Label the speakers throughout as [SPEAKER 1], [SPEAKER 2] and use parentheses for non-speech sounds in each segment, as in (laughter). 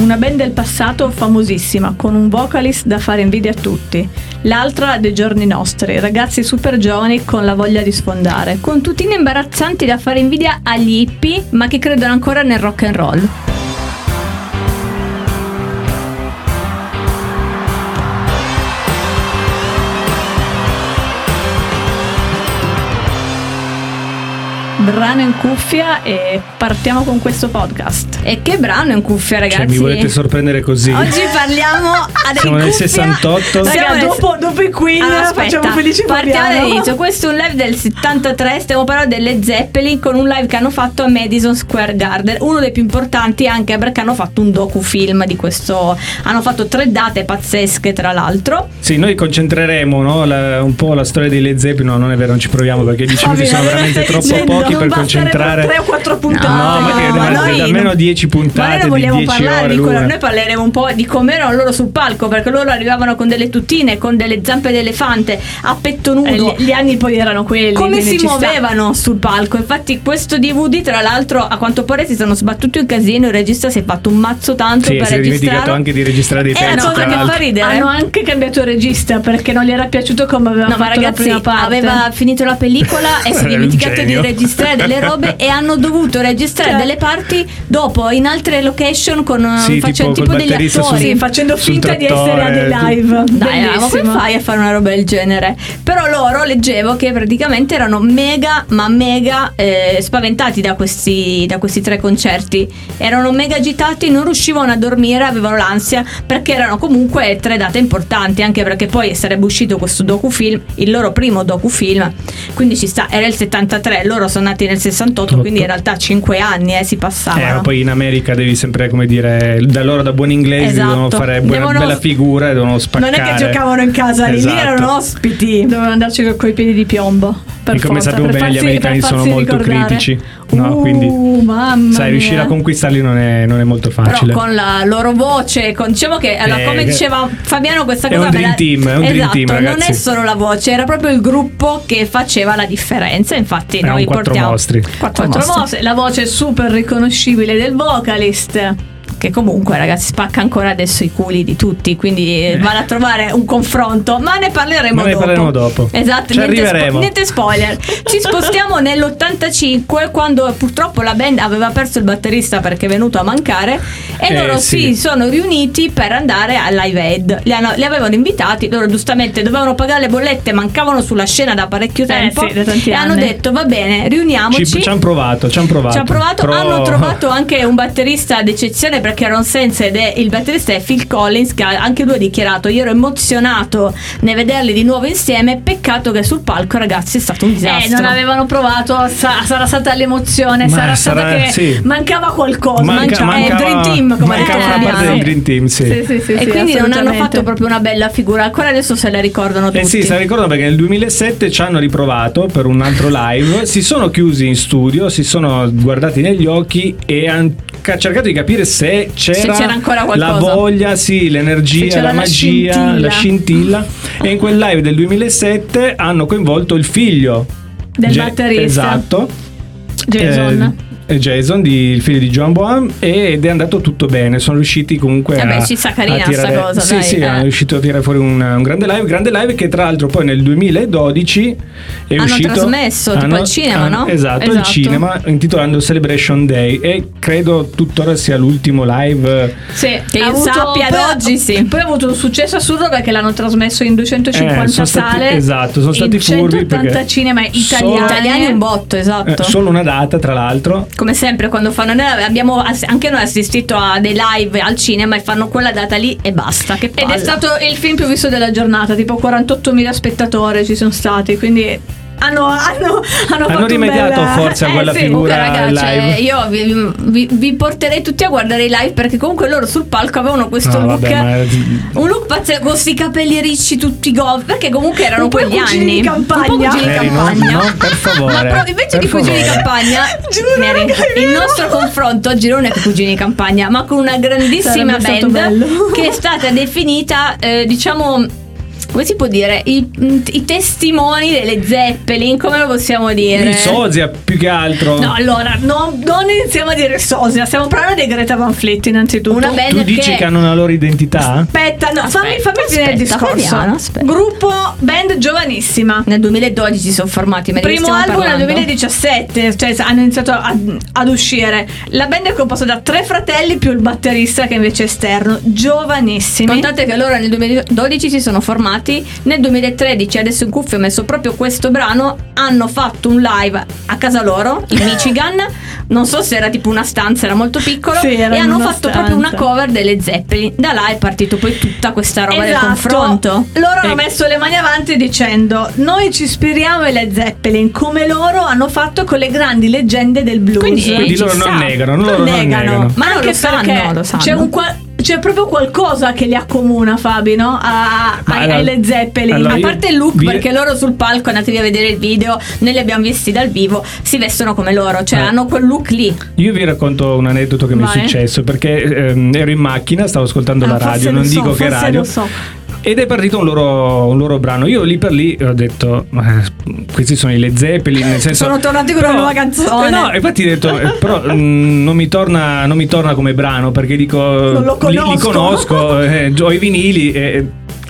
[SPEAKER 1] Una band del passato famosissima, con un vocalist da fare invidia a tutti. L'altra dei giorni nostri, ragazzi super giovani con la voglia di sfondare.
[SPEAKER 2] Con tutine imbarazzanti da fare invidia agli hippie, ma che credono ancora nel rock and roll.
[SPEAKER 1] Brano in cuffia e partiamo con questo podcast.
[SPEAKER 2] E che brano in cuffia, ragazzi.
[SPEAKER 3] Cioè, mi volete sorprendere così?
[SPEAKER 2] Oggi
[SPEAKER 3] (laughs)
[SPEAKER 2] parliamo ad
[SPEAKER 3] Siamo nel
[SPEAKER 2] in cuffia-
[SPEAKER 3] 68.
[SPEAKER 2] Siamo
[SPEAKER 1] Raga,
[SPEAKER 2] nel-
[SPEAKER 1] dopo, dopo i Queen
[SPEAKER 2] Allora, aspetta,
[SPEAKER 1] facciamo felici
[SPEAKER 2] partiamo
[SPEAKER 1] Fabiano.
[SPEAKER 2] dall'inizio. Questo è un live del 73. Stiamo parlando delle Zeppelin con un live che hanno fatto a Madison Square Garden, uno dei più importanti anche eh, perché hanno fatto un docufilm di questo. Hanno fatto tre date pazzesche, tra l'altro.
[SPEAKER 3] Sì, noi concentreremo no, la- un po' la storia di Led Zeppelin. No, non è vero, non ci proviamo perché 10 minuti sono
[SPEAKER 2] (laughs)
[SPEAKER 3] veramente
[SPEAKER 2] cioè,
[SPEAKER 3] troppo
[SPEAKER 1] cioè,
[SPEAKER 3] pochi per concentrare.
[SPEAKER 1] 3 o 4
[SPEAKER 3] No,
[SPEAKER 1] puntate.
[SPEAKER 3] ma che
[SPEAKER 2] No,
[SPEAKER 3] ma
[SPEAKER 2] noi
[SPEAKER 3] da
[SPEAKER 2] non-
[SPEAKER 3] almeno 10
[SPEAKER 2] Ma noi
[SPEAKER 3] puntate
[SPEAKER 2] non
[SPEAKER 3] di
[SPEAKER 2] vogliamo
[SPEAKER 3] 10
[SPEAKER 2] parlare
[SPEAKER 3] ore.
[SPEAKER 2] di quello,
[SPEAKER 3] l'una.
[SPEAKER 2] noi parleremo un po' di com'erano loro sul palco, perché loro arrivavano con delle tutine, con delle zampe d'elefante, a petto nudo.
[SPEAKER 1] Eh, gli, gli anni poi erano quelli.
[SPEAKER 2] come
[SPEAKER 1] quindi
[SPEAKER 2] si
[SPEAKER 1] ci sta.
[SPEAKER 2] muovevano sul palco. Infatti, questo DVD, tra l'altro, a quanto pare si sono sbattuti un casino. Il regista si è fatto un mazzo tanto
[SPEAKER 3] Sì,
[SPEAKER 2] per
[SPEAKER 3] si è dimenticato
[SPEAKER 2] registrarlo.
[SPEAKER 3] anche di registrare dei
[SPEAKER 2] È una
[SPEAKER 3] pezzi.
[SPEAKER 2] cosa
[SPEAKER 3] tra
[SPEAKER 2] che
[SPEAKER 3] l'altro.
[SPEAKER 2] fa ridere.
[SPEAKER 1] Hanno anche cambiato regista perché non gli era piaciuto come aveva
[SPEAKER 2] eh? No,
[SPEAKER 1] fatto
[SPEAKER 2] ma ragazzi,
[SPEAKER 1] la prima parte.
[SPEAKER 2] aveva finito la
[SPEAKER 3] (laughs)
[SPEAKER 2] pellicola e si
[SPEAKER 3] Era
[SPEAKER 2] è
[SPEAKER 3] un
[SPEAKER 2] dimenticato di
[SPEAKER 3] genio.
[SPEAKER 2] registrare delle
[SPEAKER 3] (laughs)
[SPEAKER 2] robe e hanno dovuto registrare
[SPEAKER 1] Cioè.
[SPEAKER 2] delle parti dopo in altre location con eh,
[SPEAKER 3] Sì,
[SPEAKER 2] facendo
[SPEAKER 3] tipo
[SPEAKER 2] tipo
[SPEAKER 3] col
[SPEAKER 2] degli
[SPEAKER 3] batterista
[SPEAKER 2] attori.
[SPEAKER 3] sul-
[SPEAKER 1] Sì, facendo
[SPEAKER 3] sul
[SPEAKER 1] finta di essere a dei
[SPEAKER 3] trattore,
[SPEAKER 1] live.
[SPEAKER 2] Dai, ah, ma come
[SPEAKER 1] Bellissimo.
[SPEAKER 2] fai a fare una roba del genere? Però loro leggevo che praticamente erano mega, ma mega eh, spaventati da questi, da questi tre concerti. Erano mega agitati, non riuscivano a dormire, avevano l'ansia perché erano comunque tre date importanti. Anche perché poi sarebbe uscito questo docufilm, il loro primo docufilm. Quindi ci sta, era il 73, loro sono nati nel 68, quindi in realtà 5 anni eh, si
[SPEAKER 3] Eh, ma
[SPEAKER 2] passavano.
[SPEAKER 3] poi in America devi sempre, come dire, da loro da buoni inglesi
[SPEAKER 2] Esatto.
[SPEAKER 3] devono fare buona,
[SPEAKER 2] Devono-
[SPEAKER 3] bella figura e devono
[SPEAKER 2] non
[SPEAKER 3] spaccare.
[SPEAKER 2] è che giocavano in casa, lì, lì
[SPEAKER 3] Esatto.
[SPEAKER 2] erano ospiti.
[SPEAKER 1] Dovevano andarci co- coi piedi di piombo. Per
[SPEAKER 3] e come
[SPEAKER 1] forza,
[SPEAKER 3] sappiamo
[SPEAKER 1] per
[SPEAKER 3] bene, gli
[SPEAKER 1] farsi-
[SPEAKER 3] americani
[SPEAKER 1] per
[SPEAKER 3] sono
[SPEAKER 1] farsi
[SPEAKER 3] molto
[SPEAKER 1] ricordare.
[SPEAKER 3] critici. No?
[SPEAKER 1] Uh,
[SPEAKER 3] Quindi,
[SPEAKER 1] mamma
[SPEAKER 3] sai, riuscire
[SPEAKER 1] mia.
[SPEAKER 3] a conquistarli non è, non è molto
[SPEAKER 2] Però
[SPEAKER 3] facile.
[SPEAKER 2] con la loro voce, con- diciamo che allora,
[SPEAKER 3] Eh,
[SPEAKER 2] come
[SPEAKER 3] che-
[SPEAKER 2] diceva Fabiano, questa
[SPEAKER 3] è
[SPEAKER 2] cosa me
[SPEAKER 3] un dream
[SPEAKER 2] la-
[SPEAKER 3] team, è un dream
[SPEAKER 2] esatto,
[SPEAKER 3] team,
[SPEAKER 2] non è
[SPEAKER 3] ragazzi.
[SPEAKER 2] solo la voce, era proprio il gruppo che faceva la differenza. Infatti,
[SPEAKER 3] Erano
[SPEAKER 2] noi
[SPEAKER 3] quattro
[SPEAKER 2] portiamo
[SPEAKER 3] mostri.
[SPEAKER 2] quattro
[SPEAKER 1] Quattro
[SPEAKER 2] mostri.
[SPEAKER 1] mosse, la voce super riconoscibile del vocalist.
[SPEAKER 2] Che comunque, ragazzi, spacca ancora adesso i culi di tutti. Quindi eh, vado a trovare un confronto. Ma ne parleremo
[SPEAKER 3] Ma ne
[SPEAKER 2] dopo.
[SPEAKER 3] parleremo dopo.
[SPEAKER 2] Esatto,
[SPEAKER 3] Ci
[SPEAKER 2] niente, spo-
[SPEAKER 3] arriveremo.
[SPEAKER 2] niente
[SPEAKER 3] (laughs)
[SPEAKER 2] spoiler. Ci spostiamo nell'85 quando purtroppo la band aveva perso il batterista perché è venuto a mancare e
[SPEAKER 3] Eh,
[SPEAKER 2] loro si
[SPEAKER 3] sì.
[SPEAKER 2] sono riuniti per andare al Live Aid. Li, hanno- li avevano invitati, loro giustamente dovevano pagare le bollette, mancavano sulla scena da parecchio
[SPEAKER 3] Eh,
[SPEAKER 2] tempo
[SPEAKER 1] sì, da tanti
[SPEAKER 2] e hanno
[SPEAKER 1] anni.
[SPEAKER 2] detto va bene, riuniamoci.
[SPEAKER 3] Ci, ci hanno provato, ci hanno provato.
[SPEAKER 2] Ci ha provato,
[SPEAKER 3] Però-
[SPEAKER 2] hanno
[SPEAKER 3] (laughs)
[SPEAKER 2] trovato anche un batterista d'eccezione perché era un senso ed è il batterista è Phil Collins che ha- anche lui ha dichiarato io ero emozionato nel vederli di nuovo insieme, peccato che sul palco ragazzi è stato un
[SPEAKER 1] Eh,
[SPEAKER 2] disastro.
[SPEAKER 1] non avevano provato, sa- sarà stata l'emozione,
[SPEAKER 3] Ma
[SPEAKER 1] sarà, stata
[SPEAKER 3] sarà-
[SPEAKER 1] che
[SPEAKER 3] sì.
[SPEAKER 1] mancava qualcosa. eh,
[SPEAKER 2] manca-
[SPEAKER 3] Manca, mancava-
[SPEAKER 2] Dream Team, come dice
[SPEAKER 3] mancava una
[SPEAKER 2] Fabiano.
[SPEAKER 3] parte del Dream Team, sì.
[SPEAKER 1] Sì, sì, sì,
[SPEAKER 2] e
[SPEAKER 1] sì,
[SPEAKER 2] quindi non hanno
[SPEAKER 1] assolutamente.
[SPEAKER 2] fatto proprio una bella figura, ancora adesso se la ricordano tutti.
[SPEAKER 3] Eh sì, se la ricordo perché nel 2007 ci hanno riprovato per un altro live, si sono chiusi in studio, si sono guardati negli occhi e hanno cercato di capire se c'era,
[SPEAKER 2] c'era ancora
[SPEAKER 3] la
[SPEAKER 2] qualcosa.
[SPEAKER 3] voglia, sì,
[SPEAKER 1] Se
[SPEAKER 3] l'energia,
[SPEAKER 1] c'era
[SPEAKER 3] la
[SPEAKER 1] la
[SPEAKER 3] magia,
[SPEAKER 1] scintilla.
[SPEAKER 3] la scintilla. E in quel live del 2007 hanno coinvolto il figlio
[SPEAKER 1] Del
[SPEAKER 3] Ge-
[SPEAKER 1] batterista.
[SPEAKER 3] Esatto.
[SPEAKER 1] Jason.
[SPEAKER 3] Eh, Jason, di- il figlio di John Boam, ed è andato tutto bene. Sono riusciti comunque
[SPEAKER 2] Eh beh,
[SPEAKER 3] a.
[SPEAKER 2] ci sta carina
[SPEAKER 3] a tirare-
[SPEAKER 2] sta cosa,
[SPEAKER 3] Sì,
[SPEAKER 2] dai,
[SPEAKER 3] sì,
[SPEAKER 2] eh.
[SPEAKER 3] hanno riuscito a tirare fuori un, un grande live. Grande live che, tra l'altro, poi nel 2012 è
[SPEAKER 2] Hanno
[SPEAKER 3] uscito.
[SPEAKER 2] trasmesso, tipo al cinema,
[SPEAKER 3] hanno-
[SPEAKER 2] no?
[SPEAKER 3] Esatto, al
[SPEAKER 1] Esatto.
[SPEAKER 3] cinema, intitolando Celebration Day. E credo tuttora sia l'ultimo live. eh,
[SPEAKER 1] Sì,
[SPEAKER 2] Che
[SPEAKER 1] ha
[SPEAKER 2] io sappia ad
[SPEAKER 1] poi-
[SPEAKER 2] oggi, sì.
[SPEAKER 1] Poi ha avuto un successo assurdo perché l'hanno trasmesso in 250
[SPEAKER 3] Eh, sono stati-
[SPEAKER 1] sale.
[SPEAKER 3] esatto, sono stati
[SPEAKER 1] in
[SPEAKER 3] furbi
[SPEAKER 1] 180
[SPEAKER 3] perché
[SPEAKER 1] cinema
[SPEAKER 3] solo-
[SPEAKER 1] italiani.
[SPEAKER 2] Italiani un botto,
[SPEAKER 3] eh,
[SPEAKER 2] esatto.
[SPEAKER 3] solo una data, tra l'altro.
[SPEAKER 2] Come sempre quando fanno noi abbiamo ass- anche noi assistito a dei live al cinema e fanno quella data lì e basta, che
[SPEAKER 1] Ed
[SPEAKER 2] palla.
[SPEAKER 1] è stato il film più visto della giornata, tipo 48.000 spettatori ci sono stati, quindi hanno, hanno, hanno, fatto un
[SPEAKER 3] rimediato
[SPEAKER 1] bel-
[SPEAKER 3] forse a
[SPEAKER 1] Eh,
[SPEAKER 3] quella
[SPEAKER 1] sì.
[SPEAKER 3] figura.
[SPEAKER 2] Comunque, raga,
[SPEAKER 3] live.
[SPEAKER 2] cioè, io vi, vi- vi porterei tutti a guardare i live perché comunque loro sul palco avevano questo
[SPEAKER 3] No,
[SPEAKER 2] look.
[SPEAKER 3] Ah, vabbè, ma- eh,
[SPEAKER 2] Un look pazzesco, con questi capelli ricci, tutti gov. Perché comunque erano
[SPEAKER 1] Un po'
[SPEAKER 2] quegli
[SPEAKER 1] cugini di
[SPEAKER 2] anni.
[SPEAKER 1] campagna.
[SPEAKER 2] Un po' cugini di
[SPEAKER 3] Mary, no,
[SPEAKER 2] campagna.
[SPEAKER 3] no, per favore.
[SPEAKER 2] Ma proprio invece
[SPEAKER 3] Per
[SPEAKER 2] di cugini di
[SPEAKER 3] favore.
[SPEAKER 1] (laughs)
[SPEAKER 2] campagna,
[SPEAKER 1] Giuro,
[SPEAKER 2] Mary,
[SPEAKER 1] raga, è
[SPEAKER 2] il
[SPEAKER 1] vero.
[SPEAKER 2] nostro confronto oggi non è con cugini di campagna, ma con una grandissima (laughs)
[SPEAKER 1] Sarebbe stato
[SPEAKER 2] band
[SPEAKER 1] bello.
[SPEAKER 2] che è stata definita, eh, diciamo. come si può dire, i, i testimoni delle Zeppelin, come lo possiamo dire?
[SPEAKER 3] Il sosia più che altro.
[SPEAKER 1] No, allora, no- non iniziamo a dire sosia, stiamo parlando di Greta Van Fleet innanzitutto.
[SPEAKER 2] Una bella-
[SPEAKER 3] tu
[SPEAKER 2] perché-
[SPEAKER 3] dici che hanno una loro identità?
[SPEAKER 1] Aspetta, no,
[SPEAKER 2] Aspetta,
[SPEAKER 1] fammi, fammi finire il
[SPEAKER 2] aspetta,
[SPEAKER 1] discorso.
[SPEAKER 2] Fabiana, aspetta.
[SPEAKER 1] Gruppo band giovanissima.
[SPEAKER 2] Nel 2012 si sono formati, ma di che
[SPEAKER 1] Primo
[SPEAKER 2] stiamo
[SPEAKER 1] album nel
[SPEAKER 2] parlando?
[SPEAKER 1] 2017, cioè s- hanno iniziato a- ad uscire. La band è composta da tre fratelli più il batterista che invece è esterno, giovanissimi.
[SPEAKER 2] Contate che loro nel 2012 si sono formati, nel 2013 adesso in cuffia ho messo proprio questo brano, hanno fatto un live a casa loro (laughs) in Michigan, non so se era tipo una stanza, era molto piccolo,
[SPEAKER 1] Sì, era
[SPEAKER 2] e
[SPEAKER 1] in
[SPEAKER 2] hanno
[SPEAKER 1] una
[SPEAKER 2] fatto
[SPEAKER 1] stanza.
[SPEAKER 2] proprio una cover delle Zeppelin, da là è partito poi tutta questa roba del
[SPEAKER 1] Esatto.
[SPEAKER 2] confronto.
[SPEAKER 1] Loro hanno
[SPEAKER 3] Ecco.
[SPEAKER 1] messo le mani avanti dicendo: Noi ci ispiriamo ai Led Zeppelin come loro hanno fatto con le grandi leggende del blues.
[SPEAKER 2] Quindi-
[SPEAKER 3] Quindi
[SPEAKER 2] ci
[SPEAKER 3] loro non
[SPEAKER 2] sta.
[SPEAKER 3] negano, loro non negano.
[SPEAKER 2] Ma non
[SPEAKER 1] Anche
[SPEAKER 2] lo sanno,
[SPEAKER 1] perché
[SPEAKER 2] lo sanno.
[SPEAKER 1] C'è, un qua- c'è proprio qualcosa che li accomuna, Fabi, no? A, a-
[SPEAKER 3] Ma
[SPEAKER 1] ai-
[SPEAKER 3] allora-
[SPEAKER 1] ai Led Zeppelin.
[SPEAKER 3] allora
[SPEAKER 2] a
[SPEAKER 3] io-
[SPEAKER 2] parte il look,
[SPEAKER 3] vi-
[SPEAKER 2] perché loro sul palco, andatevi a vedere il video, noi li abbiamo visti dal vivo, si vestono come loro, cioè
[SPEAKER 3] Eh.
[SPEAKER 2] hanno quel look lì.
[SPEAKER 3] Io vi racconto un aneddoto che mi
[SPEAKER 1] Vai.
[SPEAKER 3] è successo perché ehm, ero in macchina, stavo ascoltando
[SPEAKER 1] Ah,
[SPEAKER 3] la
[SPEAKER 1] forse
[SPEAKER 3] radio,
[SPEAKER 1] lo
[SPEAKER 3] non
[SPEAKER 1] so,
[SPEAKER 3] dico che
[SPEAKER 1] forse
[SPEAKER 3] radio.
[SPEAKER 1] lo so.
[SPEAKER 3] Ed è partito un loro, un loro brano. Io lì per lì ho detto: "Ma, eh, Questi sono i Led Zeppelin. Nel senso,
[SPEAKER 2] Sono tornati con una nuova canzone."
[SPEAKER 3] Eh no, infatti ho detto: eh,
[SPEAKER 2] (laughs)
[SPEAKER 3] Però mm, non, mi torna, non mi torna come brano perché dico:
[SPEAKER 1] lo
[SPEAKER 3] li- Li,
[SPEAKER 1] conosco."
[SPEAKER 3] conosco, eh, ho i vinili. E,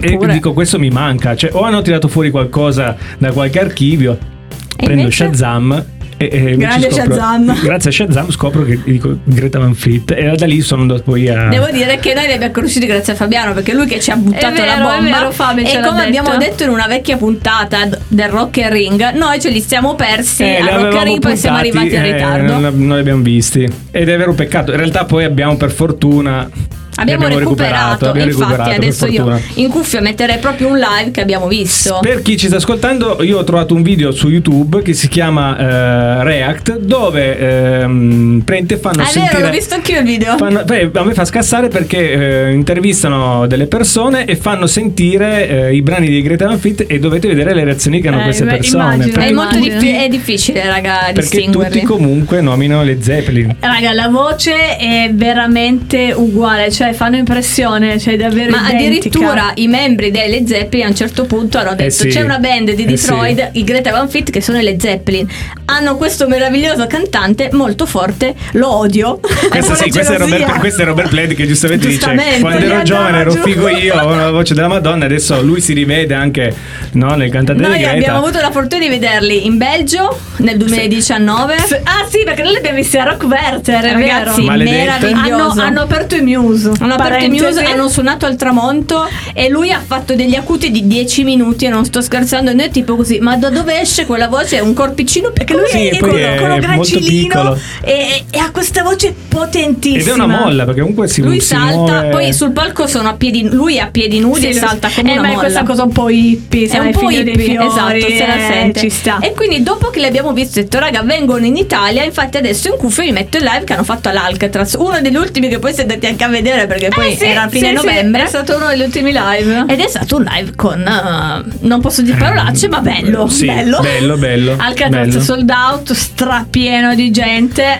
[SPEAKER 3] e
[SPEAKER 2] Pure.
[SPEAKER 3] dico: Questo mi manca. Cioè, o hanno tirato fuori qualcosa da qualche archivio.
[SPEAKER 2] E
[SPEAKER 3] prendo
[SPEAKER 2] invece?
[SPEAKER 3] Shazam. E, e
[SPEAKER 1] Grande
[SPEAKER 3] ci scopro-
[SPEAKER 1] Shazam.
[SPEAKER 3] (laughs) Grazie a Shazam scopro che dico Greta Van Fleet. E da lì sono andato poi a.
[SPEAKER 2] Devo dire che noi li abbiamo conosciuti grazie a Fabiano perché è lui che ci ha buttato
[SPEAKER 1] È vero,
[SPEAKER 2] la bomba.
[SPEAKER 1] è vero, Fabio ce
[SPEAKER 2] e
[SPEAKER 1] l'ha
[SPEAKER 2] come
[SPEAKER 1] detto.
[SPEAKER 2] abbiamo detto in una vecchia puntata d- del Rock and Ring, noi ce li siamo persi
[SPEAKER 3] Eh, li
[SPEAKER 2] a Rock
[SPEAKER 3] avevamo
[SPEAKER 2] and Ring, poi siamo
[SPEAKER 3] puntati,
[SPEAKER 2] arrivati in
[SPEAKER 3] eh,
[SPEAKER 2] ritardo.
[SPEAKER 3] non, non li abbiamo visti. Ed è vero un peccato. In realtà poi abbiamo per fortuna. li
[SPEAKER 2] Abbiamo, recuperato,
[SPEAKER 3] abbiamo
[SPEAKER 2] infatti
[SPEAKER 3] recuperato, per
[SPEAKER 2] adesso io
[SPEAKER 3] fortuna.
[SPEAKER 2] in cuffia metterei proprio un live che abbiamo visto.
[SPEAKER 3] Per chi ci sta ascoltando, io ho trovato un video su YouTube che si chiama eh, React, dove ehm, prende fanno
[SPEAKER 2] Ah, è
[SPEAKER 3] sentire.
[SPEAKER 2] vero, l'ho visto anch'io il video.
[SPEAKER 3] Fanno- beh, a me fa scassare perché eh, intervistano delle persone e fanno sentire eh, i brani di Greta Van Fleet e dovete vedere le reazioni che hanno
[SPEAKER 1] Eh,
[SPEAKER 3] queste
[SPEAKER 1] beh,
[SPEAKER 3] persone.
[SPEAKER 1] immagino.
[SPEAKER 3] perché
[SPEAKER 2] è molto
[SPEAKER 1] immagino.
[SPEAKER 2] diffi- è difficile, raga,
[SPEAKER 3] perché tutti
[SPEAKER 2] distinguerli.
[SPEAKER 3] comunque nominano le Zeppelin.
[SPEAKER 1] Raga, la voce è veramente uguale, cioè fanno impressione, cioè è davvero
[SPEAKER 2] Ma
[SPEAKER 1] identica.
[SPEAKER 2] addirittura i membri delle Zeppelin a un certo punto hanno detto:
[SPEAKER 3] Eh sì.
[SPEAKER 2] C'è una band di
[SPEAKER 3] Eh
[SPEAKER 2] Detroit, i Greta Van Fleet, che sono le Zeppelin. Hanno questo meraviglioso cantante molto forte, lo odio.
[SPEAKER 3] Questo, sì, questo, è Robert,
[SPEAKER 1] gelosia.
[SPEAKER 3] questo è Robert Plant che giustamente,
[SPEAKER 2] Giustamente,
[SPEAKER 3] dice quando
[SPEAKER 1] gli
[SPEAKER 3] ero giovane
[SPEAKER 1] andava
[SPEAKER 3] ero
[SPEAKER 1] giù."
[SPEAKER 3] figo io, avevo la voce della Madonna, adesso lui si rivede anche no, nel cantante di
[SPEAKER 2] Noi
[SPEAKER 3] Greta.
[SPEAKER 2] abbiamo avuto la fortuna di vederli in Belgio nel 2019.
[SPEAKER 1] F- Ah sì, perché noi li abbiamo visti a Rock Werther, è
[SPEAKER 2] Ragazzi,
[SPEAKER 1] vero.
[SPEAKER 3] Maledette.
[SPEAKER 1] Hanno,
[SPEAKER 2] meraviglioso.
[SPEAKER 1] hanno aperto i Muse.
[SPEAKER 2] Hanno aperto i news,
[SPEAKER 1] Parentesi.
[SPEAKER 2] hanno suonato al tramonto e lui ha fatto degli acuti di 10 minuti e non sto scherzando, e noi tipo così, ma da dove esce quella voce? È un corpicino perché
[SPEAKER 1] Che lui
[SPEAKER 2] lui
[SPEAKER 3] Sì,
[SPEAKER 1] è,
[SPEAKER 3] e
[SPEAKER 1] con,
[SPEAKER 3] poi è
[SPEAKER 1] con un
[SPEAKER 3] molto
[SPEAKER 1] gracilino
[SPEAKER 3] piccolo.
[SPEAKER 1] e, e ha questa voce potentissima.
[SPEAKER 3] Ed è una molla perché comunque si,
[SPEAKER 2] Lui
[SPEAKER 3] si
[SPEAKER 2] salta,
[SPEAKER 3] muove-
[SPEAKER 2] poi sul palco sono a piedi, lui è a piedi nudi
[SPEAKER 1] Sì,
[SPEAKER 2] e
[SPEAKER 1] lo-
[SPEAKER 2] salta come
[SPEAKER 1] eh,
[SPEAKER 2] una
[SPEAKER 1] ma è
[SPEAKER 2] molla.
[SPEAKER 1] questa cosa un po' hippie,
[SPEAKER 2] è
[SPEAKER 1] sai,
[SPEAKER 2] un po'
[SPEAKER 1] figlio dei
[SPEAKER 2] hippie,
[SPEAKER 1] fiori,
[SPEAKER 2] esatto, se la
[SPEAKER 1] eh,
[SPEAKER 2] sente.
[SPEAKER 1] ci sta.
[SPEAKER 2] E quindi dopo che li abbiamo visti ho detto raga vengono in Italia, infatti adesso in cuffia li metto in live che hanno fatto all'Alcatraz, uno degli ultimi che poi siete andati anche a vedere perché poi
[SPEAKER 1] Eh, sì,
[SPEAKER 2] era a fine
[SPEAKER 1] sì, sì,
[SPEAKER 2] novembre.
[SPEAKER 1] è stato uno degli ultimi live.
[SPEAKER 2] Ed è stato un live con eh, non posso dire parolacce, ma bello.
[SPEAKER 3] Sì,
[SPEAKER 2] bello.
[SPEAKER 3] bello, bello.
[SPEAKER 1] Alcatraz
[SPEAKER 3] bello.
[SPEAKER 1] sold out, strapieno di gente.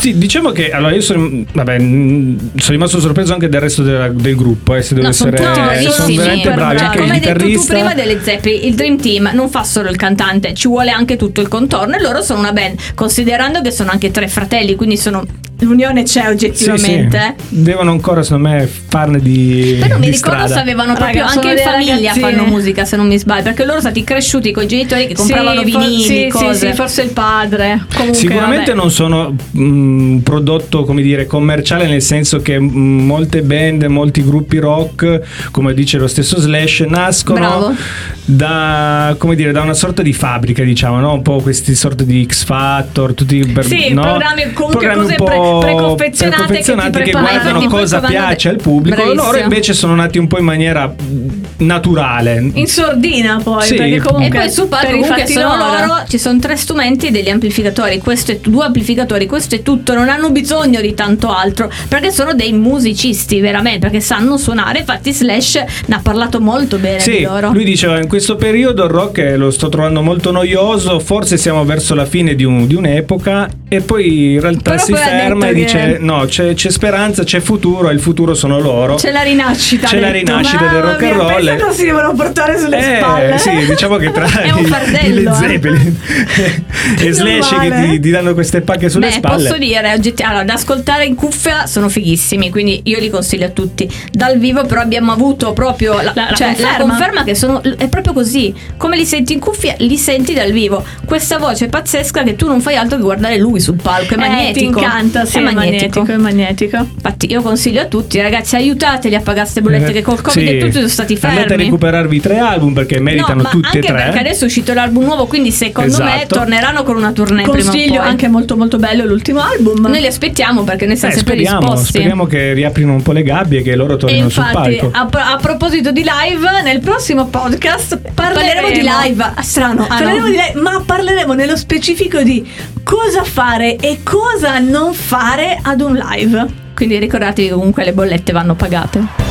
[SPEAKER 3] Sì, diciamo che allora io sono, vabbè, mh, sono rimasto sorpreso anche del resto della- del gruppo. Eh, se devo
[SPEAKER 2] No, sono
[SPEAKER 3] essere,
[SPEAKER 2] tutti
[SPEAKER 3] sono
[SPEAKER 2] bravissimi. cioè,
[SPEAKER 3] veramente
[SPEAKER 1] super
[SPEAKER 3] bravi.
[SPEAKER 1] bravi.
[SPEAKER 3] Anche
[SPEAKER 2] come
[SPEAKER 3] il
[SPEAKER 2] hai detto tu
[SPEAKER 3] chitarrista.
[SPEAKER 2] prima delle Zeppelin, il Dream Team non fa solo il cantante, ci vuole anche tutto il contorno. E loro sono una band, considerando che sono anche tre fratelli, quindi sono.
[SPEAKER 3] Eh,
[SPEAKER 2] L'unione c'è
[SPEAKER 3] Sì, sì.
[SPEAKER 2] oggettivamente.
[SPEAKER 3] Devono ancora, secondo me, farne di.
[SPEAKER 2] Però mi
[SPEAKER 3] di
[SPEAKER 2] ricordo
[SPEAKER 3] strada.
[SPEAKER 2] se avevano
[SPEAKER 1] Raga,
[SPEAKER 2] proprio
[SPEAKER 1] sono
[SPEAKER 2] anche in
[SPEAKER 1] dei
[SPEAKER 2] famiglia
[SPEAKER 1] ragazzini.
[SPEAKER 2] fanno musica, se non mi sbaglio, perché loro sono stati cresciuti con i genitori che compravano
[SPEAKER 1] Sì, for-
[SPEAKER 2] vinili,
[SPEAKER 1] sì, sì,
[SPEAKER 2] cose.
[SPEAKER 1] sì, forse il padre. Comunque,
[SPEAKER 3] Sicuramente
[SPEAKER 1] vabbè.
[SPEAKER 3] non sono mh, un prodotto come dire commerciale nel senso che mh, molte band, molti gruppi rock, come dice lo stesso Slash,
[SPEAKER 2] Bravo.
[SPEAKER 3] nascono da, come dire, da una sorta di fabbrica, diciamo, no? un po' questi sorti di X Factor, tutti per,
[SPEAKER 1] Sì,
[SPEAKER 3] no?
[SPEAKER 1] programmi- comunque cose
[SPEAKER 3] un po'
[SPEAKER 1] pre- preconfezionate che ti
[SPEAKER 3] preconfezionate che,
[SPEAKER 1] preparano.
[SPEAKER 3] guardano
[SPEAKER 2] Infatti poi
[SPEAKER 3] cosa
[SPEAKER 2] quando-
[SPEAKER 3] piace al pubblico,
[SPEAKER 2] Bravissimo.
[SPEAKER 3] loro invece sono nati un po' in maniera mh, naturale.
[SPEAKER 1] In sordina poi,
[SPEAKER 3] Sì,
[SPEAKER 1] perché
[SPEAKER 2] E
[SPEAKER 1] comunque
[SPEAKER 2] poi su palco
[SPEAKER 1] per i
[SPEAKER 2] comunque
[SPEAKER 1] fatti
[SPEAKER 2] sono
[SPEAKER 1] loro.
[SPEAKER 2] loro, ci sono tre strumenti e degli amplificatori, questo è, due amplificatori, questo è tutto, non hanno bisogno di tanto altro, perché sono dei musicisti veramente, perché sanno suonare, infatti Slash ne ha parlato molto bene di
[SPEAKER 3] Sì,
[SPEAKER 2] loro.
[SPEAKER 3] lui diceva in questo periodo il rock eh, lo sto trovando molto noioso, forse siamo verso la fine di, un- di un'epoca E poi in realtà
[SPEAKER 2] Però
[SPEAKER 3] si
[SPEAKER 2] poi ha
[SPEAKER 3] ferma e
[SPEAKER 2] detto che-
[SPEAKER 3] dice: No, c'è, c'è speranza, c'è futuro, e il futuro sono loro.
[SPEAKER 2] C'è la rinascita.
[SPEAKER 3] C'è
[SPEAKER 2] ha
[SPEAKER 3] la
[SPEAKER 2] detto.
[SPEAKER 3] rinascita del
[SPEAKER 1] Mamma
[SPEAKER 3] rock and
[SPEAKER 1] mia,
[SPEAKER 3] roll.
[SPEAKER 1] pensa cosa si devono portare sulle
[SPEAKER 3] Eh,
[SPEAKER 1] spalle.
[SPEAKER 3] sì, diciamo che
[SPEAKER 2] (laughs)
[SPEAKER 3] tra
[SPEAKER 2] È un
[SPEAKER 3] i, i
[SPEAKER 2] fardello,
[SPEAKER 3] Led
[SPEAKER 2] eh. (laughs)
[SPEAKER 3] Zeppelin e
[SPEAKER 1] Non
[SPEAKER 3] Slash che
[SPEAKER 1] vale.
[SPEAKER 3] ti, ti danno queste pacche sulle
[SPEAKER 2] Beh,
[SPEAKER 3] spalle.
[SPEAKER 2] posso dire, oggetti- allora, da ascoltare in cuffia sono fighissimi, quindi io li consiglio a tutti. Dal vivo però abbiamo avuto proprio la,
[SPEAKER 1] La- la
[SPEAKER 2] cioè, la
[SPEAKER 1] conferma?
[SPEAKER 2] conferma che sono, è proprio così. Come li senti in cuffia, li senti dal vivo. Questa voce pazzesca che tu non fai altro che guardare lui sul palco,
[SPEAKER 1] Eh, ti
[SPEAKER 2] è magnetico.
[SPEAKER 1] incanta, sì,
[SPEAKER 2] è magnetico.
[SPEAKER 1] è magnetico.
[SPEAKER 2] Infatti io consiglio a tutti, ragazzi, aiutateli a pagare queste bollette che col Covid
[SPEAKER 3] Eh, Sì.
[SPEAKER 2] e tutti sono stati fermi.
[SPEAKER 3] Andate a recuperarvi tre album perché meritano
[SPEAKER 2] no, ma
[SPEAKER 3] tutti
[SPEAKER 2] anche
[SPEAKER 3] e tre.
[SPEAKER 2] perché adesso è uscito l'album nuovo, quindi secondo me
[SPEAKER 3] Esatto.
[SPEAKER 2] torneranno con una tournée prima
[SPEAKER 1] Consiglio
[SPEAKER 2] o poi.
[SPEAKER 1] anche molto molto bello l'ultimo album.
[SPEAKER 2] Noi li aspettiamo perché noi siamo
[SPEAKER 3] Eh,
[SPEAKER 2] sempre
[SPEAKER 3] speriamo,
[SPEAKER 2] disposti.
[SPEAKER 3] speriamo che riaprino un po' le gabbie e che loro
[SPEAKER 2] E
[SPEAKER 3] tornino sul
[SPEAKER 2] infatti,
[SPEAKER 3] palco.
[SPEAKER 2] a, pro- a proposito di live, nel prossimo podcast parleremo, di live. Ah, strano, ah,
[SPEAKER 1] Parleremo
[SPEAKER 2] no.
[SPEAKER 1] di lei, ma parleremo nello specifico di cosa fare e cosa non fare ad un live.
[SPEAKER 2] Quindi ricordatevi che comunque le bollette vanno pagate.